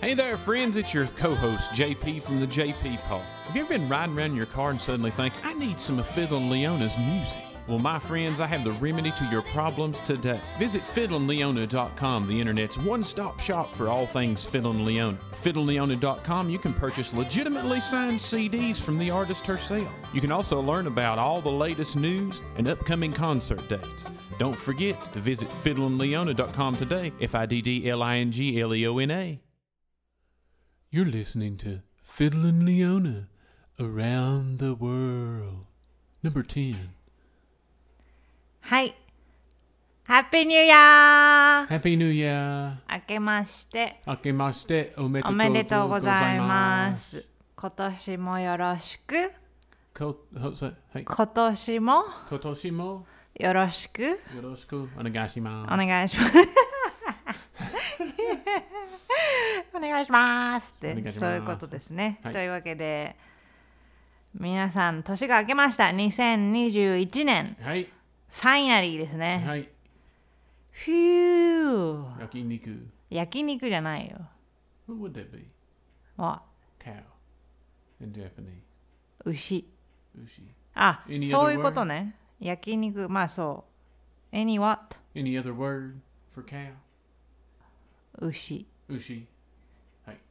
Hey there, friends. It's your co host, JP from the JP Pod. Have you ever been riding around in your car and suddenly think, I need some of Fiddle and Leona's music? Well, my friends, I have the remedy to your problems today. Visit fiddleandleona.com, the internet's one stop shop for all things Fiddle and Leona. At fiddleandleona.com, you can purchase legitimately signed CDs from the artist herself. You can also learn about all the latest news and upcoming concert dates. Don't forget to visit fiddleandleona.com today, F I D D L I N G L E O N A. You're listening to Fiddlin' Leona Around the World. Number 10. はい。ハッピーニューイヤ Happy New Year! ー明けまして明けましておめでとおうめでとうございまございます。す。今年もよろしく。こほそはい今年も今年もよろしくよろしくお願いしおます。願いします。お願いしますっお願いしてますそういうことですね。はいというわけで皆さん年が明けました2021年はい、ファイナリーですね。はい、ふぅ焼肉。焼肉じゃないよ。 What would that be? も Cow. In Japanese. う牛。 Ushi. あ Any other そういうことね。焼肉、まあそう。any what? Any other word for cow? 牛。 Ushi.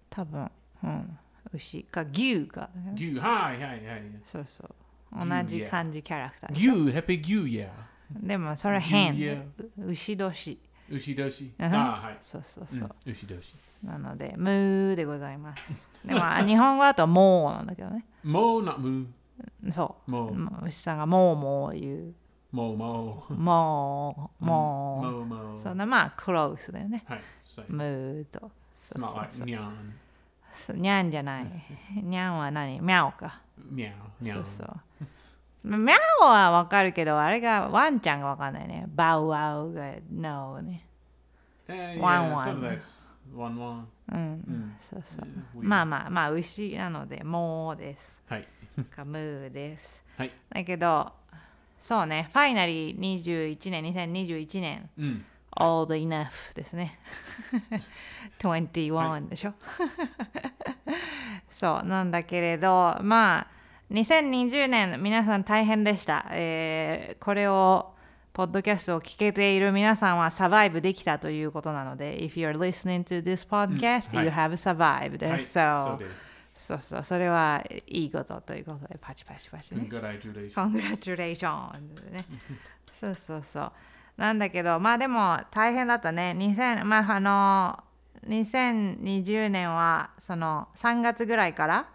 多分、うん。牛か牛か。牛。はい、はい、はい。そうそう。牛同じ漢字キャラクター。牛、Happy 牛 Yeah. でもそれ牛変。やう牛年。牛年。うんあはい。そうそううそう。ん、牛年。なので、ムーでございます。 でも日本語だともうなんだけどね。もうなむ。そもう。う。まあ牛さんがもうもう言もうもう。もう、う。ももうう。もう。そんなまあ、クロースだよね。はい。そうムーと。そう It's not そう like そう。 meow, そうにゃんじゃない。にゃんは何ミャオか。 meow, そ meow. うそう。ミャオはわかるけど、あれがワンちゃんがわかんないね。バウワウが、ノーね。 Uh, yeah, Wan some of wan. that's one one. うん。んそうそう。 We- まあまあまあ、牛なので、もうです。はい。か、ムーです。はい。だけど、そうね、ファイナリー21年、2021年、うん。 old enough ですね。21、でしょ そうなんだけれどまあ2020年皆さん大変でした、えーこれをポッドキャストを聞けている皆さんはサバイブできたということなので If you're listening to this podcast、うんはい you have survived は this、い。Eh, so そうです。そうそうそれはいいことということでパチパチパチね Congratulations. Congratulations ね。そうそうそう。なんだけど、まあでも大変だったね。2000まああの2020年はその3月ぐらいから、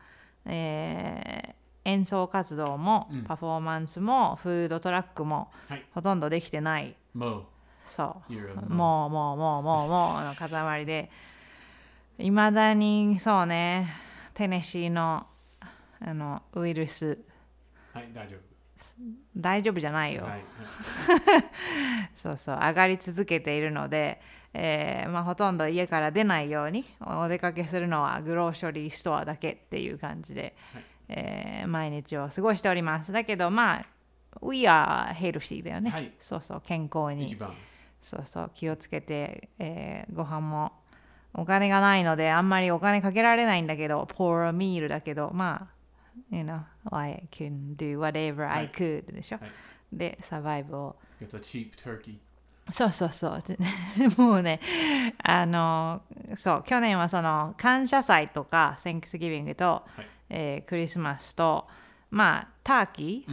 えー演奏活動もうんパフォーマンスもフードトラックもはいほとんどできてない。もそうう、you're a ももうもうもうもうもうの塊でいまだにそうねテネシーのあのウイルスう。はい、大丈大丈夫じゃない夫。よ、はい。はいそうそう上がり続けているので、えーまあ、ほとんど家から出ないようにお出かけするのはグロー処理ストアだけっていう感じで、はいえー毎日を過ごしておりますだけどまあ We are healthy だよね、はいそうそう健康に一番。そうそう気をつけて、えーご飯もお金がないのであんまりお金かけられないんだけど for a meal だけどまあ you know I can do whatever は I い could でしょ、はいでサバイブを It's a cheap turkey. そうそうそう もうねあのそう去年はその感謝祭とか Thanksgiving と、いえークリスマスとまあターキ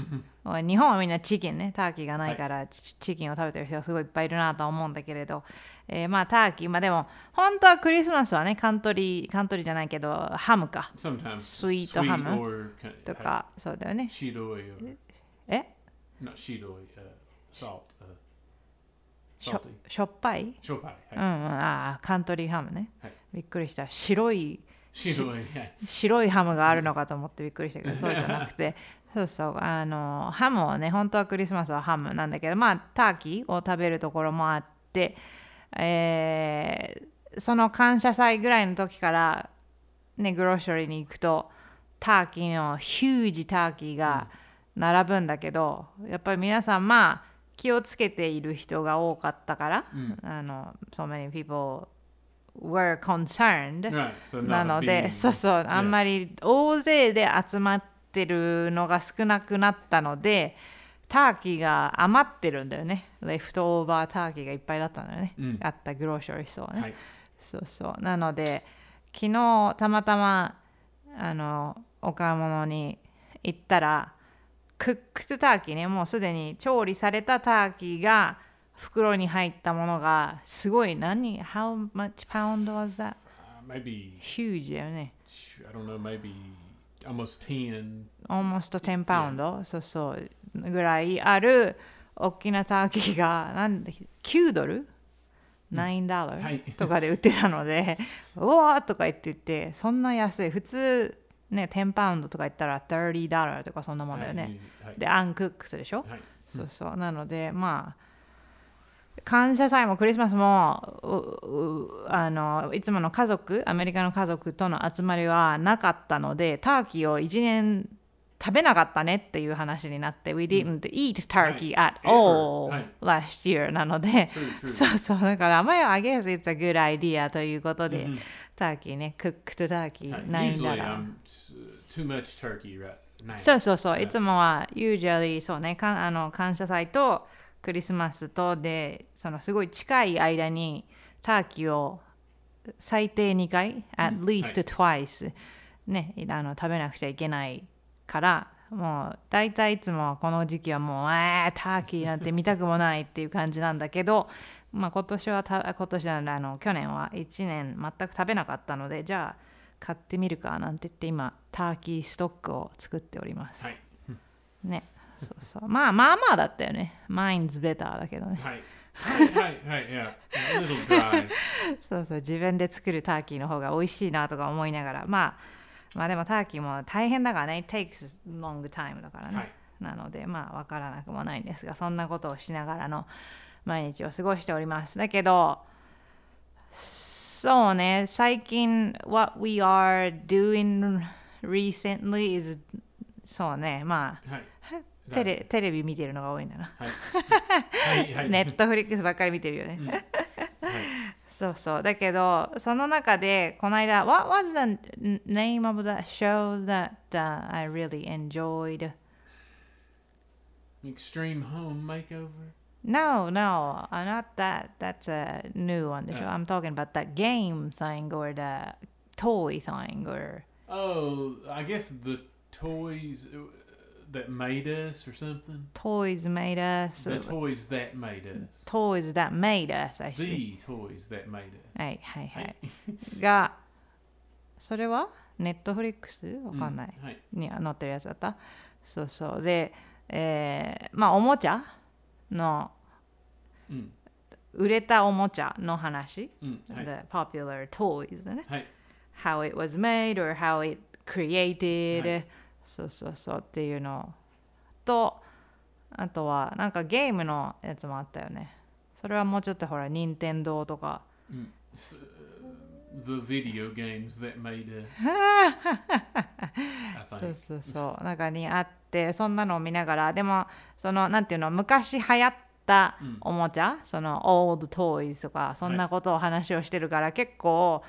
ー日本はみんなチキンねターキーがないから、チチキンを食べてる人がすごいいっぱいいるなとは思うんだけれど、えーまあターキーまあでも本当はクリスマスはねカントリーカントリーじゃないけどハムか Sometimes Sweet sweet ham. or ki- とか、はいそうだよね shiroi or え not shiroi, uh, salt, uh, しょ salty. しょっぱい Shopai. うんうはい。んああカントリーハムね、はいびっくりした白い Shiroi. はい白いハムがあるのかと思ってびっくりしたけどそうじゃなくてそうそうあのハムをね本当はクリスマスはハムなんだけどまあターキーを食べるところもあって、えーその感謝祭ぐらいの時からねグロッショリーに行くとターキーのヒュージターキーが並ぶんだけど、やっぱり皆さんまあ気をつけている人が多かったから、うんあの so many people were concerned、 Right. So not なの a で big- そうそうあんまり大勢で集まってるのが少なくなったのでターキーが余ってるんだよねレフトオーバーターキーがいっぱいだったんだよね、うんあったグローショリストはね、はい。そうそうなので昨日たまたまあのお買い物に行ったらクックトゥターキーねもうすでに調理されたターキーが袋に入ったものがすごい何 How much pound was that? Uh, maybe Huge だよね I don't know, maybe almost ten. almost 10パウンドそうそうぐらいある大きなターキーがなんで9ドル9ドル、はいとかで売ってたので 「うわ!」とか言って言ってそんな安い普通ね10パウンドとか言ったら30ドルとかそんなもんだよね、はい。でアンクックスでしょ、はい。そうそうなのでまあ感謝祭もクリスマスもううあのいつもの家族アメリカの家族との集まりはなかったのでターキーを1年食べなかったねっていう話になって、We didn't eat turkey はい at all、はい last year なので True, true. そうそうだからまあ I guess it's a good idea ということで、ターキーねクックとターキー Right. ないん Mm-hmm. だ Usually ら。 I'm s- too much turkey right now. そうそうそう、いつもは usually そうねかあの感謝祭とクリスマスとでそのすごい近い間にターキーを最低2回、at は least い twice、ねあの食べなくちゃいけないからもう大体いつもこの時期はもうあーターキーなんて見たくもないっていう感じなんだけど まあ今年はた今年じゃないあの去年は1年全く食べなかったのでじゃあ買ってみるかなんて言って今ターキーストックを作っております、はいねそうそうまあまあまあだったよね Mine's better だけどね Right. Right, right, right, yeah. A little dry. そうそう自分で作るターキーの方が美味しいなとか思いながらまあまあでもターキーも大変だからね it takes long time だからね、はいなのでまあ分からなくもないんですがそんなことをしながらの毎日を過ごしておりますだけどそうね最近 what we are doing recently is そうねま Right. あテレテレビ見てるのが多いんだな Right, right. ネットフリックスばっかり見てるよね、そうそうだけどその中でこの間 What was the name of that show that、I really enjoyed? Extreme home makeover. No, no, uh, not that. That's a new one. Yeah. I'm talking about that game thing or the toy thing or Oh, I guess the toys uh, that made us or something. toys made us. The toys that made us. toys that made us, I see. The toys that made us. はいはいはいい。が、それはネットフリックスわかんない。はい。に載ってるやつだったそうそうで、えーまあおもちゃのうん。売れたおもちゃの話、うん。はい。 The popular toys だねはい。 How it was made or how it created、はそうそうそうっていうのとあとはなんかゲームのやつもあったよねそれはもうちょっとほら任天堂とか S- uh, the video games that made us. I そう think. そうそう中にあってそんなのを見ながらでもそのなんていうの昔流行ったうんおもちゃ、そのオールドトイズとかそんなことを話をしてるから、結構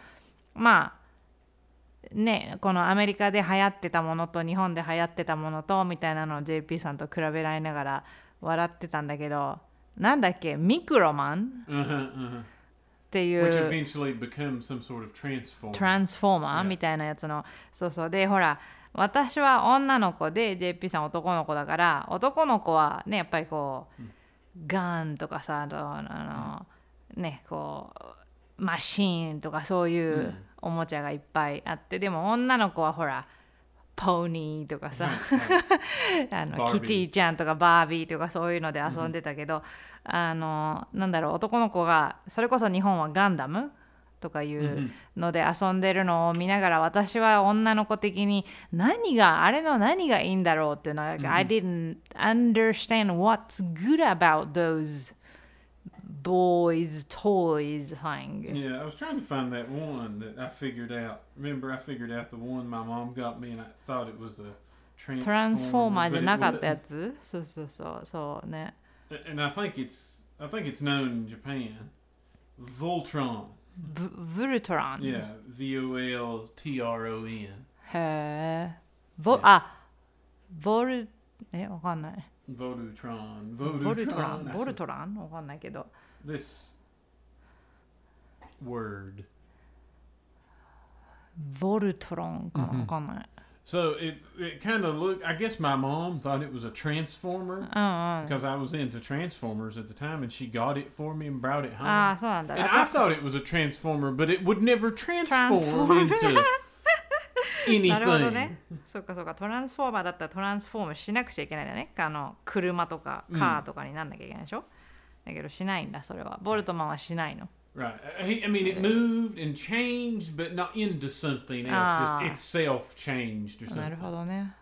まあねこのアメリカで流行ってたものと日本で流行ってたものとみたいなのを JP さんと比べられながら笑ってたんだけどなんだっけミクロマン Uh-huh, uh-huh. っていう Which eventually becomes some sort of transform. トランスフォーマー Yeah. みたいなやつのそうそうでほら私は女の子で JP さん男の子だから男の子はねやっぱりこう、ガンとかさあのあの、ねこうマシーンとかそういううおもちゃがいっぱいあって、でも女の子はほらポニーとかさ、 あのバービキーティちゃんとかバービーとかそういうので遊んでたけど、あのなんだろう男の子がそれこそ日本はガンダムとか Mm-hmm. いうので遊んでるのを見ながら私は女の子的に何があれの何がいいんだろうっていうのは、I didn't understand what's good about those boys toys thing、 Yeah, I was trying to find that one that I figured out. Remember, I figured out the one my mom got me, and I thought it was a transformer. トランスフォーマー but じゃ it なかったや wasn't. つそうそうそうそうね And I think it's I think it's known in Japan. Voltron. ブブルトラン、 Yeah, V O L T R O N. へえボあボルえわかんない Volutron. ボルトラン Volutron. ボルトランわかんないけど This word. ボルトロンかなわかんない、 So it it kind of looked. I guess my mom thought it was a Uh-huh. transformer うんうん because I was into transformers at the time, and she got it for me and brought it home. ああそうなんだ and I thought it was a transformer, but it would never transform, Transform. into なるほど anything. ねそっかそっかトランスフォーマーだったらトランスフォームしなくちゃいけないんだねあの車とかカーとかになんなきゃいけないでしょ、だけどしないんだそれはボルトマンはしないの Right. I, I mean, it moved and changed, but not into something else. Ah. Just itself changed or なる something. ほどね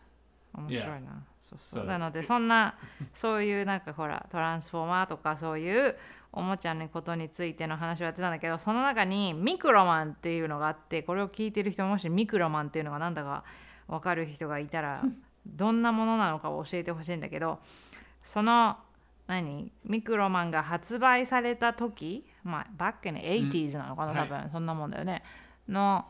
面白いな、そうそう So- なのでそんなそういうなんかほらトランスフォーマーとかそういうおもちゃのことについての話をやってたんだけどその中にミクロマンっていうのがあってこれを聞いてる人もしミクロマンっていうのがなんだか分かる人がいたらどんなものなのかを教えてほしいんだけどその何ミクロマンが発売された時まあバックに 80s なのかな、うん多分、そんなもんだよねの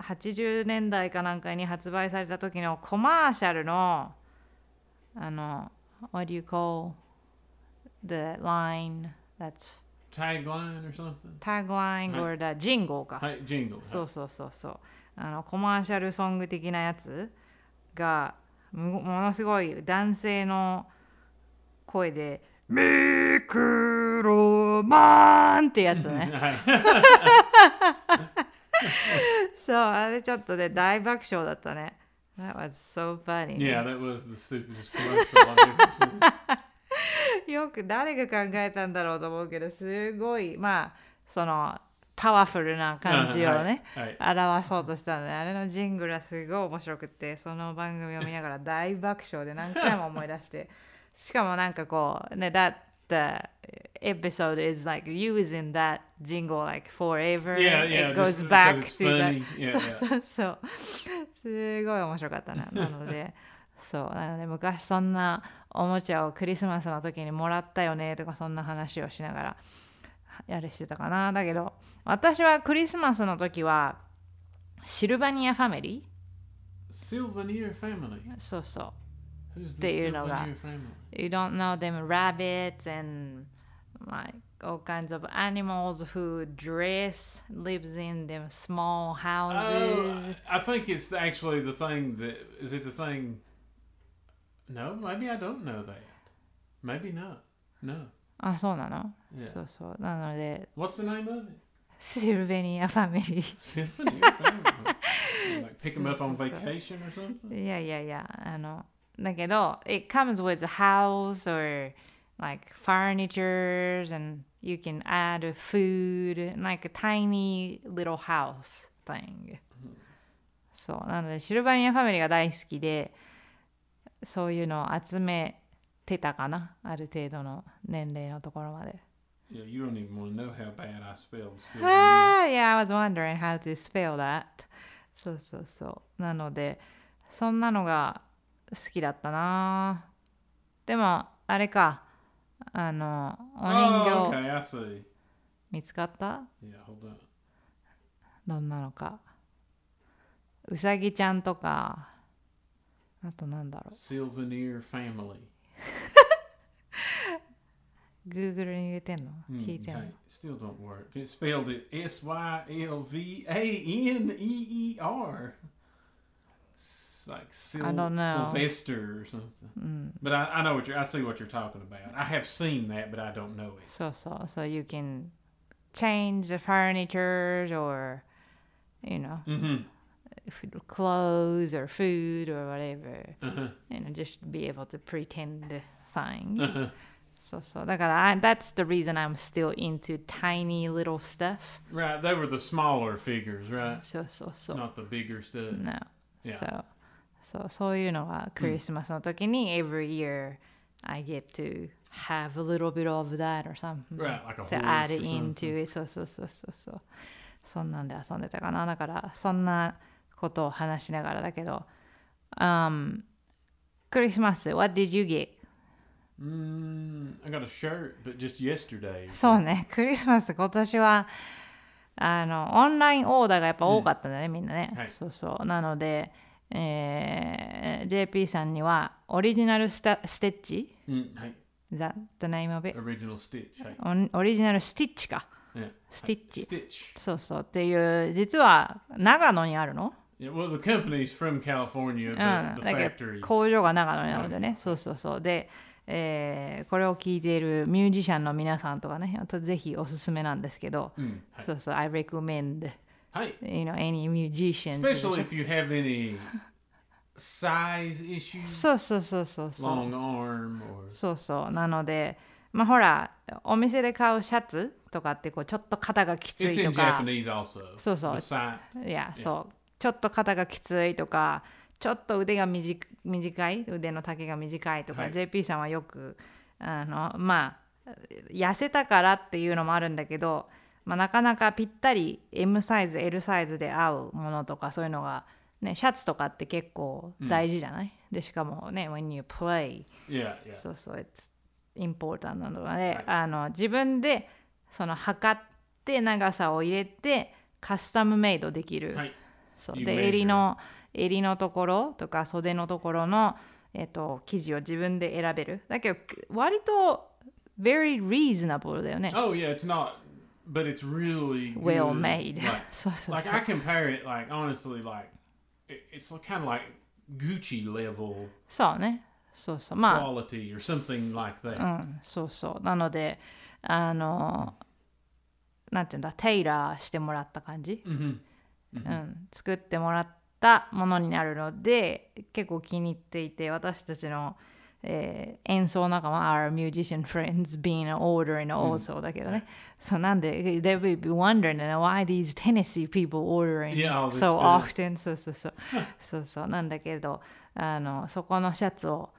80年代かなんかに発売された時のコマーシャルのあの What do you call the line that's Tagline or something. tagline or the jingle か、 Hey, jingle. そうそうそうそうあのコマーシャルソング的なやつがむものすごい男性の声で「ミクロマン」ってやつね Hey. そうあれちょっとで大爆笑だったね That was so funny yeah, that was the stupidest commercial I've ever seen. よく誰が考えたんだろうと思うけどすごいまあそのパワフルな感じをね、はいはい表そうとしたのであれのジングルはすごい面白くてその番組を見ながら大爆笑で何回も思い出してしかもなんかこうね that the episode is like using that jingle like forever Yeah, and yeah. just it goes because back it's to that funny. Yeah, そ yeah. う そうそうすごい面白 かったななのでそうなので昔そんなおもちゃをクリスマスの時にもらったよねとかそんな話をしながらやれしてたかなだけど私はクリスマスの時はシルバニアファミリ Sylvanir family. ーそうそう Who's the Do you know that? Sylvanir family? You don't know them rabbits and like all kinds of animals who dress lives in them small Oh, houses I think it's actually the thing that is it the thing. No, maybe I don't know that. Maybe not. No. あそうなの、 Yeah. そうそうなので What's the name of it? シルベニアファミリ Sylvanir family. like pick them up on So- so- so. vacation or something. ーいやいやいやあのだけど it comes with a house or like furniture and you can add food like a tiny little house thing そうなのでシルバニアファミリーが大好きでそういうのを集めてたかなある程度の年齢のところまで Yeah, you don't even want to know how bad I spelled Sylvanir. Ah, yeah, I was wondering how to spell that. そうそうそう。なので、そんなのが好きだったな。でも、あれか。あの、お Oh, 人形 okay, I see. 見つかった、 Yeah, hold on. どんなのか。うさぎちゃんとか、あとなんだろ Sylvanir family. う。Google に入れてんの Hmm, 聞いてんの、 hey, still don't work. It spelled it S Y L V A N E E R. S- Like Syl- I don't know. Hmm. Sylvester or something. But I, I know what you're. I see what you're talking about. I have seen that, but I don't know it. そうそう。So you can change the furniture or, you know. Mm-hmm. f- clothes or food or whatever. Uh-huh. You know, just be able to pretend thing. Uh-huh. そうそう。だから、I, that's the reason I'm still into tiny little stuff. Right. They were the smaller figures, right? そうそうそう。 Not the bigger stuff. No. Yeah. Mm. So, そうそういうのはクリスマスの時に、every year I get to have a little bit of that or something. Right. Like a to horse add or it into it そうそうそうそうそうそんなんで遊んでたかなだからそんなことを話しながらだけど、um, クリスマス What did you get? something. Mm, I got a shirt, but just yesterday. そうねクリスマス今年はあのオンラインオーダーがやっぱ多かったんだね、みんなね、はいそうそうなので、えー JP さんにはオリジナルスタステッチうん、はい。 Is that the name of it? Mm, Original Stitch。はい。オンオリジナルスティッチかねスティッチ、 Stitch. そうそうっていう実は長野にあるの Yeah, well, the company's from California, う but ん the だけ factories. ど工場が長野にあるんだよね、そうそうそうで、えーこれを聞いているミュージシャンの皆さんとかねあとぜひおすすめなんですけど、うんはいそうそう I recommend はい。 you know any musicians でしょ Especially if you have any size issues, そうそうそうそうそう long arm, or そうそうなのでまあほらお店で買うシャツとかってこうちょっと肩がきつ it's いと in か Japanese also. そうそう The side. いやそうちょっと肩がきついとかちょっと腕が短い短い腕の丈が短いとか、はい JP さんはよくあのまあ痩せたからっていうのもあるんだけど、まあ、なかなかぴったり M サイズ L サイズで合うものとかそういうのが、ね、シャツとかって結構大事じゃない、でしかもね when you play Yeah, yeah. そうそう、it's important なので、あの自分でその測って長さを入れてカスタムメイドできる。はいそう You で measure. 襟の襟のところとか袖のところの、えっと生地を自分で選べる。だけど割と very reasonable だよね。 Oh yeah, it's not, but it's really good. well made Like,。 そうそうそ like う I。compare it, like honestly, like it, it's kind of like Gucci level そうね。そうそう。まあ quality or something like that. うん、そうそうなのであのなんていうんだテイラーしてもらった感じ、んうん作ってもらったものになるので結構気に入っていて私たちの、えー演奏仲間 our musician friends being ordering also だけどね、そうなんで they will be wondering why these Tennessee people ordering Yeah, all this so stuff. often そうそうそうそうそうなんだけどあのそこのシャツを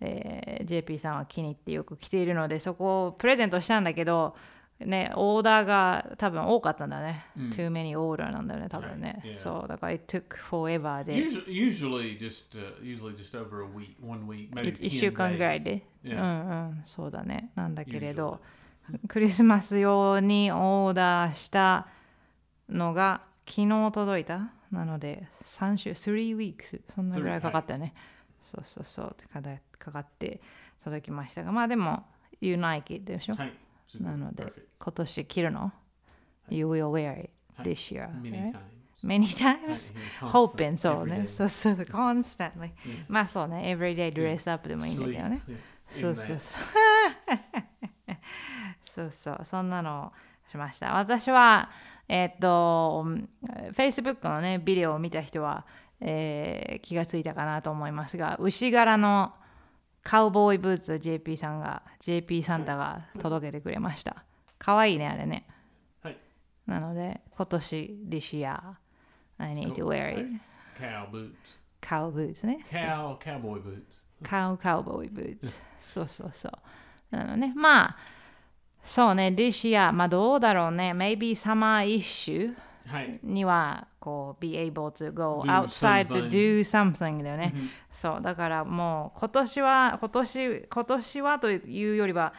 えー JP さんは気に入ってよく着ているのでそこをプレゼントしたんだけどねオーダーが多分多かったんだね、too many order なんだよね多分ね、はい Yeah. そうだから it took forever で Usually, usually just uh, usually just over a week, one week, maybe 1 10週間ぐらい days. で、 Yeah. うんうんそうだねなんだけれどクリスマス用にオーダーしたのが昨日届いたなので3週3 weeks そんなぐらいかかったよね、そうそうそうってかだかかって届きましたがまあでも You like it でしょ Hey, super, なので perfect. 今年着るの、?You will wear it はい this year. Many right? times. Many times? Right, Hoping, constant, そうね。 every day. そうそう、constantly. まあそうね、everyday dress up でもいいんだけ Sleep. どね。 yeah, in そうそう that. そう。そうそう、そんなのをしました。私は、えっと、うん Facebook のね、ビデオを見た人は、えー気がついたかなと思いますが、牛柄のカウボーイブーツを JP さんが、JP サンタが届けてくれました。かわいいね、あれね。はいなので、今年、This year, I need to wear it. Cow boots. カウブーツね。 Cow cowboy boots. カウカウボーイブーツ。そうそうそう。なのね。まあ、そうね、this year、まあどうだろうね。Maybe summer issue Hey, には、こう、be able to go Do outside to something. do something だよね。そう、だからもう、今年は、今年、今年はというよりは、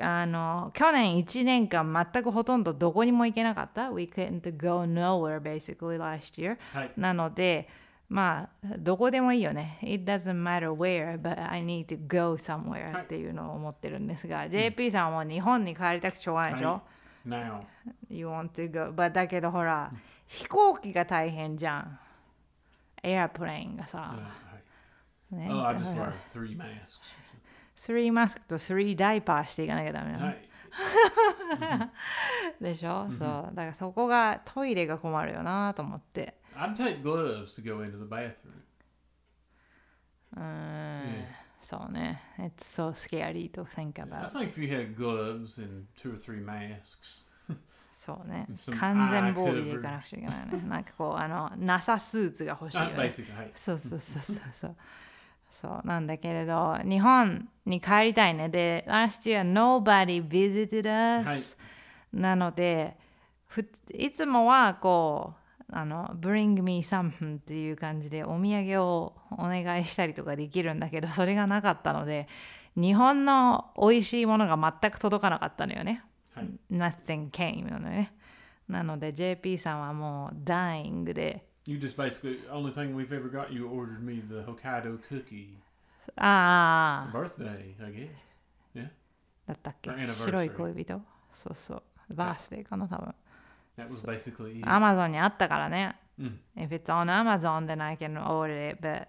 あの去年1年間全くほとんどどこにも行けなかった。We couldn't go nowhere basically last year. hey. なので、まあ、どこでもいいよね。It doesn't matter where, but I need to go は somewhere いっていうのを思ってるんですが、JP さんは日本に帰りたくてしょうがないでしょ、 Now. ?You want to go. But だけどほら、飛行機が大変じゃん。エアプレインが Uh, さ。 hey. ね Oh, I だ just から wear three masks. 3マスクと3ダイパーしていかなきゃダメなの Hey, でしょ、そう。だからそこがトイレが困るよなと思って。 I'd take gloves to go into the bathroom. うーん、そうね。It's so scary to think about. I think if you had gloves and two or three masks, そうね Some。完全 eye 防備でいかなくちゃいけないね。なんかこう、あの、NASA スーツが欲しいよ uh, ね。 basically, hey, そうそうそうそうそう。そうなんだけれど、日本に帰りたいね。で、last year nobody visited us、なので、ふいつもはこう、あの、bring me something っていう感じでお土産をお願いしたりとかできるんだけど、それがなかったので、日本の美味しいものが全く届かなかったのよね。 hey. nothing came なのね。なので JP さんはもうダイイングで You just basically only thing we've ever got. You ordered me the Hokkaido cookie ああ birthday, I guess. だったっけ Or anniversary 白い恋人そうそうバースデーかな多分 That was basically it. アマゾンにあったからね、うん、 If it's on Amazon then I can order it but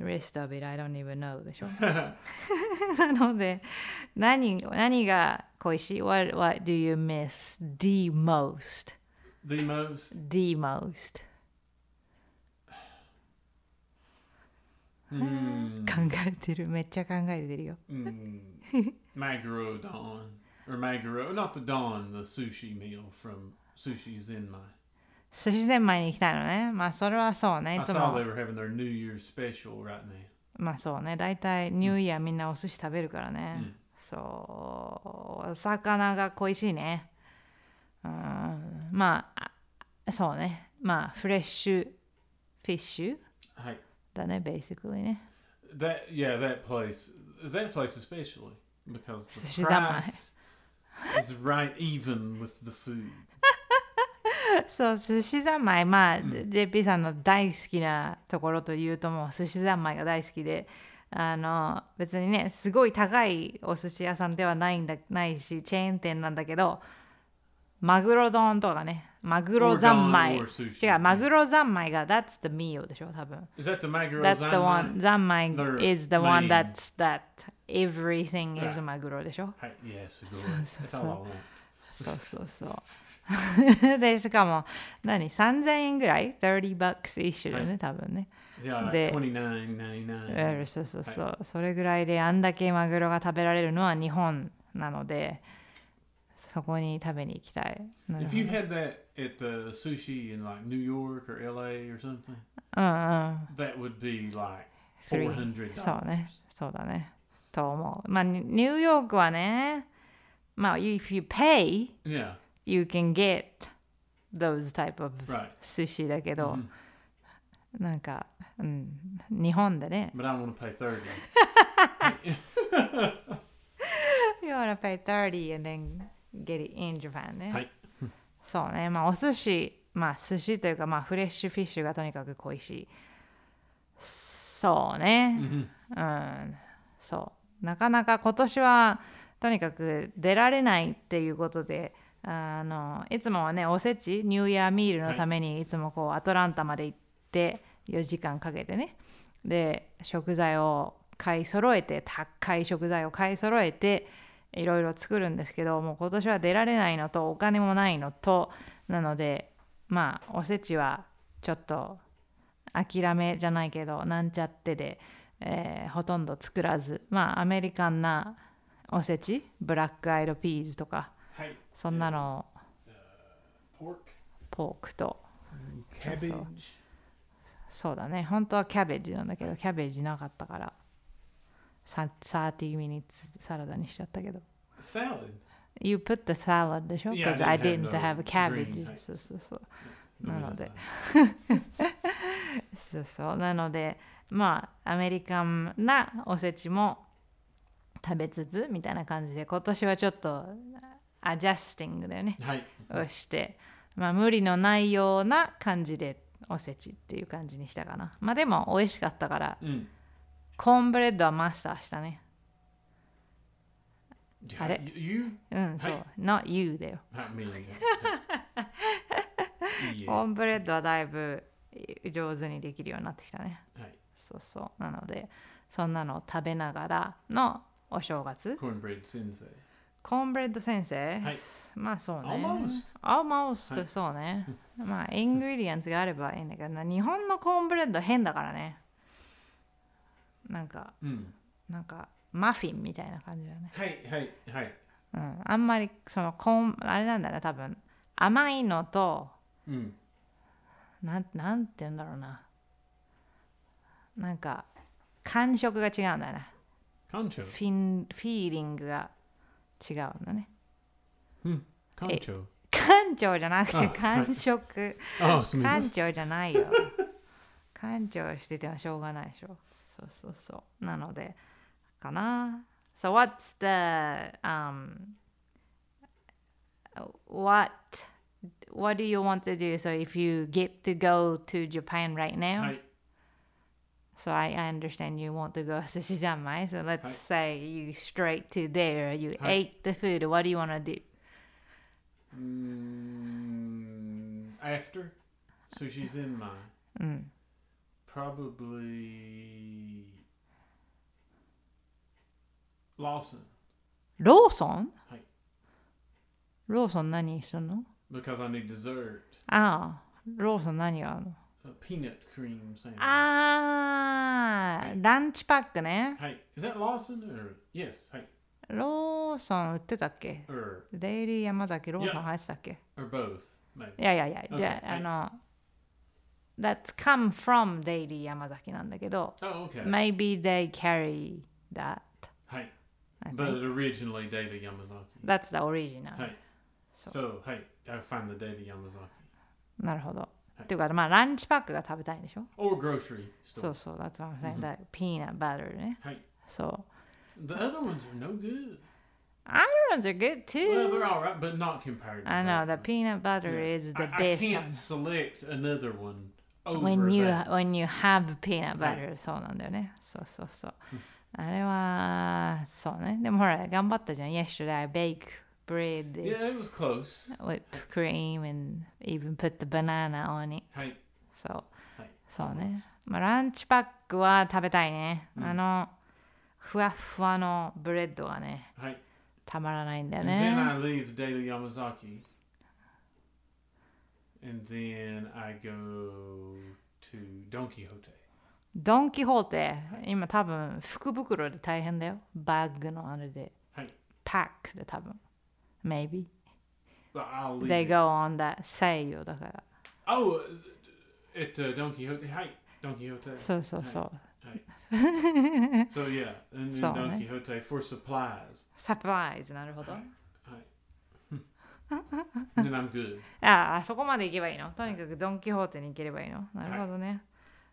rest of it I don't even know でしょ なので何何が恋しい what, what do you miss the most the most. the most、 Mm, 考えてるめっちゃ考えてるよ mm, Maguro Don or Maguro, not the Don, the sushi meal from Sushi Zenmai. 寿司ゼンマイに行きたいのねまあそれはそうねい I つ saw も they were having their New Year's special right now. まあそうね大体ニューイヤーみんなお寿司食べるからね、うんそうお魚が恋しいねうんまああそうねまあフレッシュフィッシュ Hey, だねベーシックにね that yeah, that place, that place especially because the Sushi Zenmai. price is right even with the food. そう寿司三昧まあ、JP さんの大好きなところというともう寿司三昧が大好きであの別にねすごい高いお寿司屋さんではないんだないしチェーン店なんだけどマグロ丼とかねマグロ Or don 三昧 or sushi. 違うマグロ三昧が That's the meal でしょ多分 Is that the Maguro That's the Zanmai? one 三昧 They're is the main. one that's that everything is マグロでしょ Hey, yes, So, Agora. so, That's so. all I want. そうそうそう。 で、しかも、何 ?3000 円ぐらい ?30 bucks 一種だよね、多分ね。 Yeah, The- like twenty nine ninety うん nine. そうそうそう。それぐらいであんだけマグロが食べられるのは日本なので、そこに食べに行きたい。なる If ほど you had that at the sushi in like New York or LA or something, うんうん。 that would be like Three. four hundred そう dollars. ね。そうだね。と思う。まあ、ニニューヨークはね、まあ、if you pay, Yeah, you can get those type of right. 寿司だけど、 Mhm. なんか、うん、日本でね、 But I want to pay thirty. You wanna pay 30 and then get it in Japan ね。はいそうね。まあお寿司、まあ寿司というかまあフレッシュフィッシュがとにかく恋しい。そうね。 Mhm. うん。そう。なかなか今年はとにかく出られないっていうことで、あのいつもはねおせちニューイヤーミールのためにいつもこうアトランタまで行って4時間かけてねで食材を買い揃えて高い食材を買い揃えていろいろ作るんですけどもう今年は出られないのとお金もないのとなのでまあおせちはちょっと諦めじゃないけどなんちゃってで、えーほとんど作らずまあアメリカンなおせちブラックアイドピーズとか Hey, そんなの pork, ポークと cabbage. そうだね本当はキャベージなんだけどキャベージなかったからさ30 minutes サラダにしちゃったけど Salad. You put the salad でしょ Yeah, Because I I didn't didn't have have no a green, cabbage right. そうそうそう No, None that's of it. not. そうそうなのでまあアメリカンなおせちも食べつつみたいな感じで今年はちょっとアジャスティングだよね Hey, をして、まあ、無理のないような感じでおせちっていう感じにしたかなまあでも美味しかったから mm. コーンブレッドはマスターしたね Yeah, Got it. y- You? うんそう、はい Not you だよ Not me. yeah. コーンブレッドはだいぶ上手にできるようになってきたね Hey, そうそうなのでそんなのを食べながらのお正月 cornbread sensei. コーンブレッド先生、はいまあそうね Almost. アマウスはといそ うね、まあイングリディアンツがあればいいんだけどな日本のコーンブレッド変だからねなんか Mm. なんかマフィンみたいな感じだね、 Hey, hey, hey. うん、あんまりそのコーンあれなんだね多分甘いのと Mm. なんなんて言うんだろうななんか感触が違うんだよね Concho. フィンフィーリングが違うんだね Concho. 感情じゃなくあはてい感触 Oh, so 感情じゃないよ 感情しててはしょうがないでしょそうそうそうなのでかな So what's the um what what do you want to do? So if you get to go to Japan right now, はい。 so I, I understand you want to go sushijamai. So let's say you straight to there, you Hi. ate the food. What do you want to do? うーん Mm, after? So she's in my. Probably. Lawson. ローソンはいローソン何するの Because I need dessert. ああ、ローソン何があるの A peanut cream sandwich. Ah. ああ、ランチパックね。 Hey, is that Lawson or yes? Hey, ローソン売ってたっけ or デイリー山崎ローソン Yeah. 入ってたっけ or both? Maybe. いやいやいや、じゃ Okay. あ、あの、That's come from デイリー山崎なんだけど、 Oh, okay. Maybe they carry that. Hey, I but think. originally Daily Yamazaki. That's the original. Hey, So- so hey, I find the Daily Yamazaki なるほど。いっていうか、まあ、ランチパックが食べたいんでしょ or grocery そ store. うそう、That's what I'm saying. That peanut butter ね。 Hey, そう。 the other ones are no good. Other ones are Well, good too. they're all right, but not compared. To Eh. I know that. the peanut butter Yeah. is the I, I best can't one. select another one over when you that. when you have peanut butter そうなんだよねそうそうそうあれはそうねでもほら頑張ったじゃん yesterday I bake bread Yeah, it was close. with cream and even put the banana on it Hey, そう hey. そうねまあランチパックは食べたいねあのふわっふわのブレッドがね Hey, たまらないんだよ and then ね I leave Daily Yamazaki, and then I go to Don Quixote. ドン・キホーテ今多分福袋で大変だよバッグのあれではいパックで多分 maybe Well, I'll leave. they it. go on that sale だから Oh, at uh, Don Quixote. Hey, Don Quixote. そうそうそう So yeah, and then So, Don eh? Quixote for supplies. サプライズなるほど And then I'm good. ああそこまで行けばいいのとにかくドン・キホーテに行ければいいのなるほどね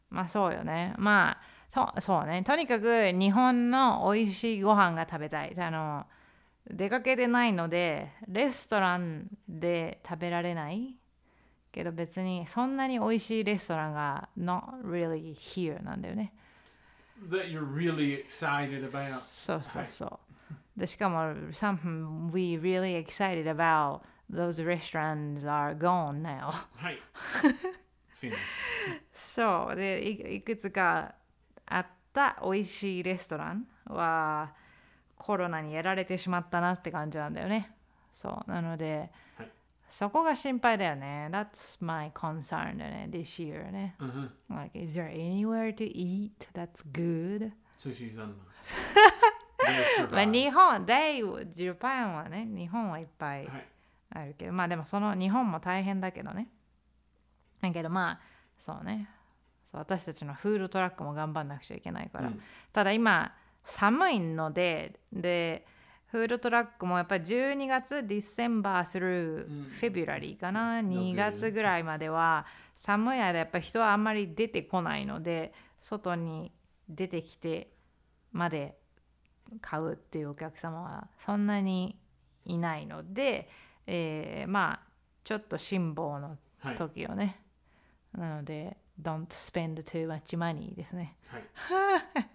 まあそうよねまあそそうねとにかく日本の美味しいご飯が食べたいあの出かけてないのでレストランで食べられないけど別にそんなに美味しいレストランが not really here なんだよね That you're really excited about. そうそうそう。でしかも、something we really excited about those restaurants are gone now. Hey. Finish. そうでいいくつかあった美味しいレストランはコロナにやられてしまったなって感じなんだよね。そうなので、はいそこが心配だよね。That's my concern だね、this year ね。 Uh-huh. Like, is there anywhere to eat that's good? So she's on. They'll まあ、 survive. 日本、they, Japan はね、日本はいっぱいはいあるけど、まあでもその日本も大変だけどね。だけどまあ、そうね。そう私たちのフードトラックも頑張んなくちゃいけないから。うんただ今、寒いので、で、フードトラックもやっぱり12月、December through うん February かな、ん2月ぐらいまでは寒い間やっぱり人はあんまり出てこないので、外に出てきてまで買うっていうお客様はそんなにいないので、えーまあちょっと辛抱のはい時をね、なので Don't spend too much money ですねはい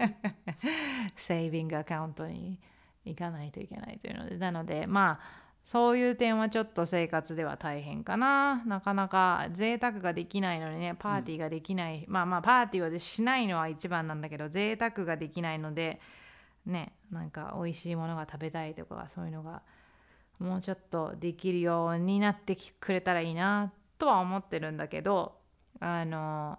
セービングアカウントに行かないといけないというのでなのでまあそういう点はちょっと生活では大変かななかなか贅沢ができないのにねパーティーができない、まあまあパーティーはしないのは一番なんだけど贅沢ができないのでねなんか美味しいものが食べたいとかそういうのがもうちょっとできるようになってきくれたらいいなとは思ってるんだけどあの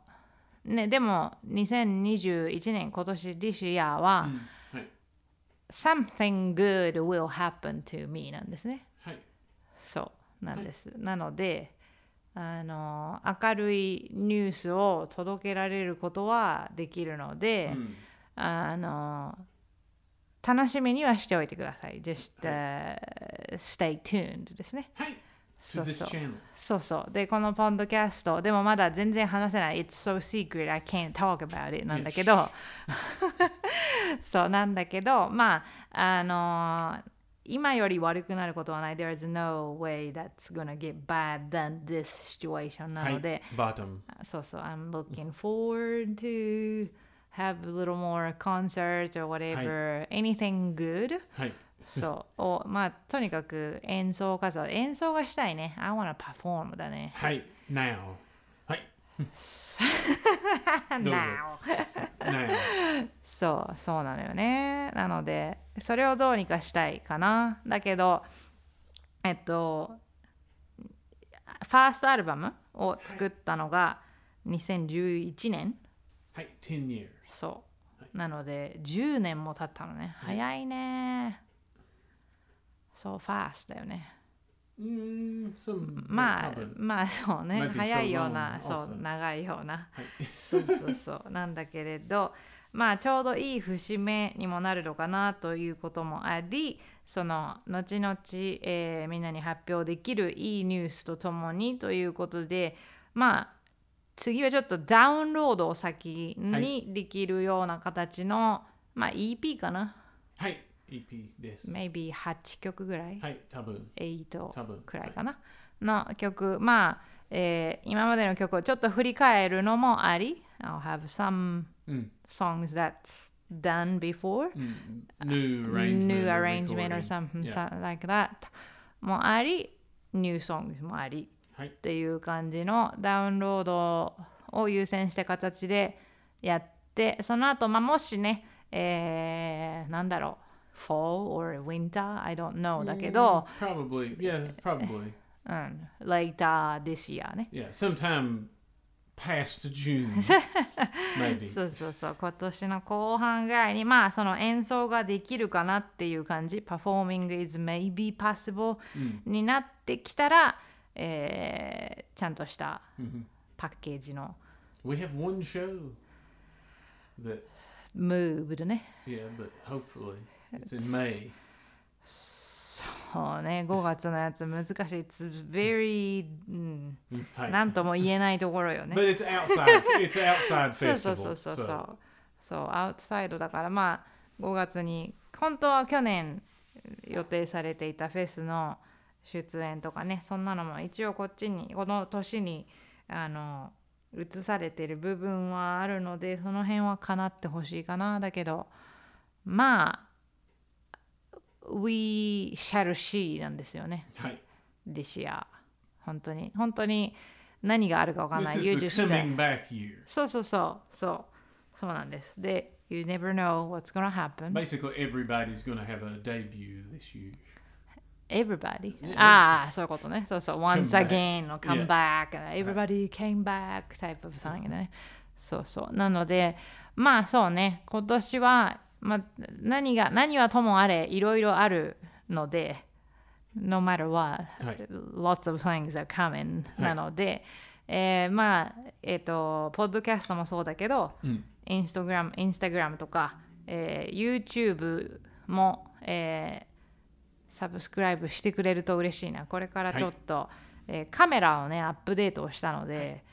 ねでも2021年今年 This year うは、んはい something good will happen to me なんですねはいそうなんです、なのであの明るいニュースを届けられることはできるので、うんあの楽しみにはしておいてください。Just、uh, stay tuned ですね。はいそ To う this そう。 channel. そうそう。で、このポンドキャスト、でもまだ全然話せない。It's so secret, I can't talk about it なんだ けど、そうなんだけど、まあ、あの今より悪くなることはない。There is no way that's gonna get bad than this situation なので、 bottom. そうそう、I'm looking forward to have a little more concerts or whatever,、anything good. はい。そう。をまあ、とにかく演奏活動、演奏がしたいね。I wanna perform だね。はい。now. はい。うぞ Now. now. そうそうなのよねなのでそれをどうにかしたいかなだけどえっとファーストアルバムを作ったのが2011年はい。10 years. そうなので10年も経ったのね早いねそうファーストだよねうーん、some. Hmm, まあ多分まあそうね Might be so 早いような long そう also. 長いような、はい そうそうそうなんだけれどまあちょうどいい節目にもなるのかなということもありその後々、えーみんなに発表できるいいニュースとともにということでまあ次はちょっとダウンロードを先はいにできるような形の、まあ EP かなはい。EP です。 maybe8 曲ぐらいはい。多分。多分8くらいかなの曲まあ、えー今までの曲をちょっと振り返るのもあり I'll have some うん。 songs that's done before うん。new hmm. arrangement. Uh, new or arrangement recording. or something Yeah. so- like that もあり new songs もありはいっ。ていう感じのダウンロードを優先した形でやってその後、まあもしね、えーなんだろう fall or winter I don't know だけど、Hmm, Probably. Yeah, probably. うん、later this year ね Yeah, sometime past June. maybe. そうそうそう今年の後半ぐらいにまあその演奏ができるかなっていう感じ Performing is maybe possible になってきたら、えーちゃんとしたパッケージの We have one show that, Moved ね yeah, but hopefully it's in May. そうね5月のやつ難しい It's very、うん、はいなんとも言えないところよね Mm, But it's outside. It's an outside そうそう festival. そうそうそう so- そうアウトサイドだからまあ5月に本当は去年予定されていたフェスの出演とかねそんなのも一応こっちにこの年にあの移されてる部分はあるのでその辺はかなってほしいかなだけどまあ We shall see なんですよねはい。 this year 本当に本当に何があるかわかんない You This is just- uh, the coming back year. そうそうそうそうそうなんです。で、You never know what's gonna happen. Basically, everybody's going to have a debut this year. Everybody. ああ、そういうことね。そうそう。Once Come back. again の come back. Everybody came back type of thing ね。そうそう。なので、まあそうね。今年は、まあ、何が、何はともあれ、いろいろあるので、no matter what, はい lots of things are coming、なので、えーまあ、えっ、と、ポッドキャストもそうだけど、インスタグラム、インスタグラムとか、えー YouTube も、えーサブスクライブしてくれると嬉しいな。これからちょっと、えーカメラをね、アップデートをしたので、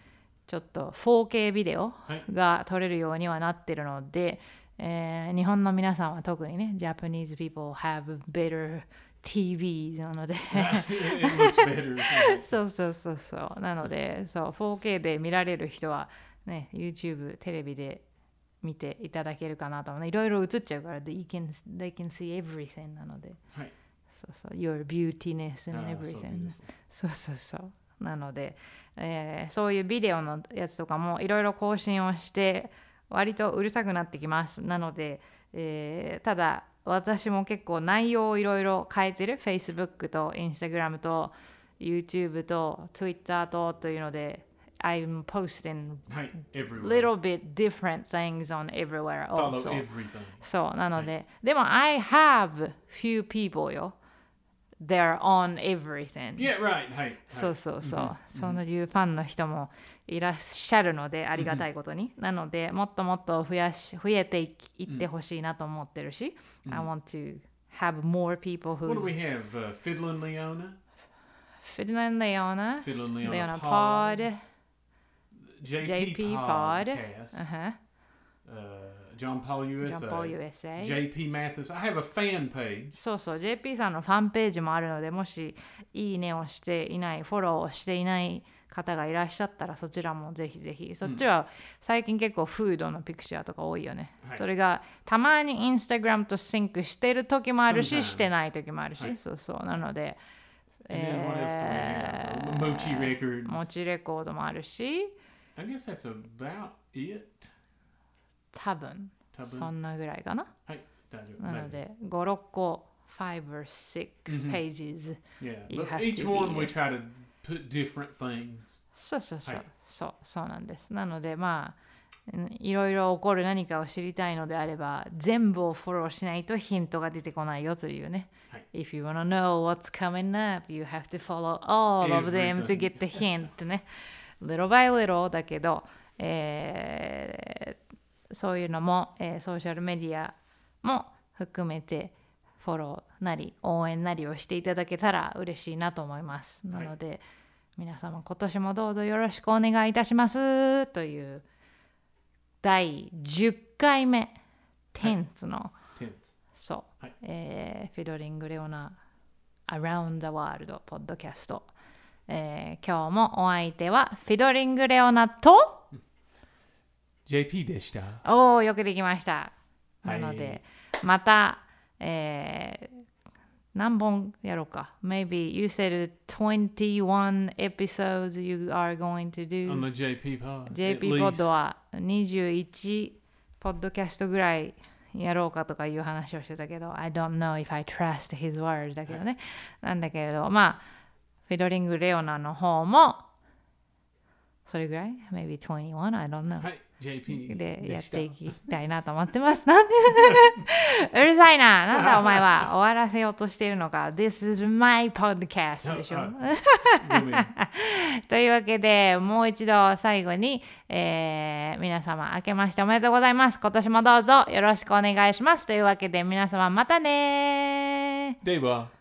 ちょっと 4K ビデオはいが撮れるようにはなってるので、えー日本の皆さんは特にね、Japanese people have better TVs なの で、it looks better. そうそうそうそう。なので、そう、4K で見られる人は、ね、YouTube、テレビで見ていただけるかなと思うね。いろいろ映っちゃうから、they can, they can see everything なので、はい。そうそう、your beautiness あ and ー Ah, so everything beautiful。そうそうそう。なので、えーそういうビデオのやつとかもいろいろ更新をして、割とうるさくなってきます。なので、えーただ、私も結構内容をいろいろ変えてる。Facebook と Instagram と YouTube と Twitter とというので、I'm posting はい。Everywhere. little bit different things on everywhere Follow also. everything. そうなので、でも I have few people よ。They're on everything. Yeah, right. Hey. そうそうそう、そのいうファンの人もいらっしゃるのでありがたいことに、なのでもっともっと増やし増えていきいってほしいなと思ってるし、I want to have more people What do we have? who's Uh, Fiddlin' Leona, Ferdinand Leona Fiddlin' Leona, Leona Pod, Pod JP, JP Pod Podcast, uh-huh. uh, John Paul ジャ USA, ンポー USA JP Mathis. I have a fan page. そうそう JP さんのファンページもあるのでもしいいねをしていないフォローをしていない方がいらっしゃったらそちらもぜひぜひそっちは最近結構フードのピクチャーとか多いよね、はいそれがたまにインスタグラムとシンクしてる時もあるし、 Sometimes してない時もあるし、はいそうそうなので And then what else do we have? Mochi え Records. ー持ちレコードもあるし I guess that's about it. 多分 Tabu. そんなぐらいかな Hey, Daniel, なの maybe. で56個5 or 6 pages、 Yeah, You but have each to one be- we try to put different things. そうそうそう、はいそうそうなんですなのでまあんいろいろ起こる何かを知りたいのであれば全部をフォローしないとヒントが出てこないよというね、はい If you wanna know what's coming up you have to follow all of them to get the hint ね little by little だけど、えーそういうのも、えーソーシャルメディアも含めてフォローなり応援なりをしていただけたら嬉しいなと思います。なので、皆様今年もどうぞよろしくお願いいたしますという第10回目 10th の、 Tenth. そう、はいえーフィドリング・レオナ Around the World ポッドキャスト、えー今日もお相手はフィドリング・レオナと JP でした。おおよくできましたなはいので、また、えー何本やろうか Maybe you said 21 episodes you are going to do On the JP pod. at JP ポッドは21ポッドキャストぐらいやろうかとかいう話をしてたけど I don't know if I trust his word だけどね、なんだけれどまあフィドリングレオナの方もそれぐらい maybe 21 I don't know はい、JP でやでっした。ていきたいなと思ってます。なんで うるさいな。なんだお前は終わらせようとしているのか。This is my podcast でしょは。ごめん というわけでもう一度最後に、えー皆様明けましておめでとうございます今年もどうぞよろしくお願いしますというわけで皆様またねーでは。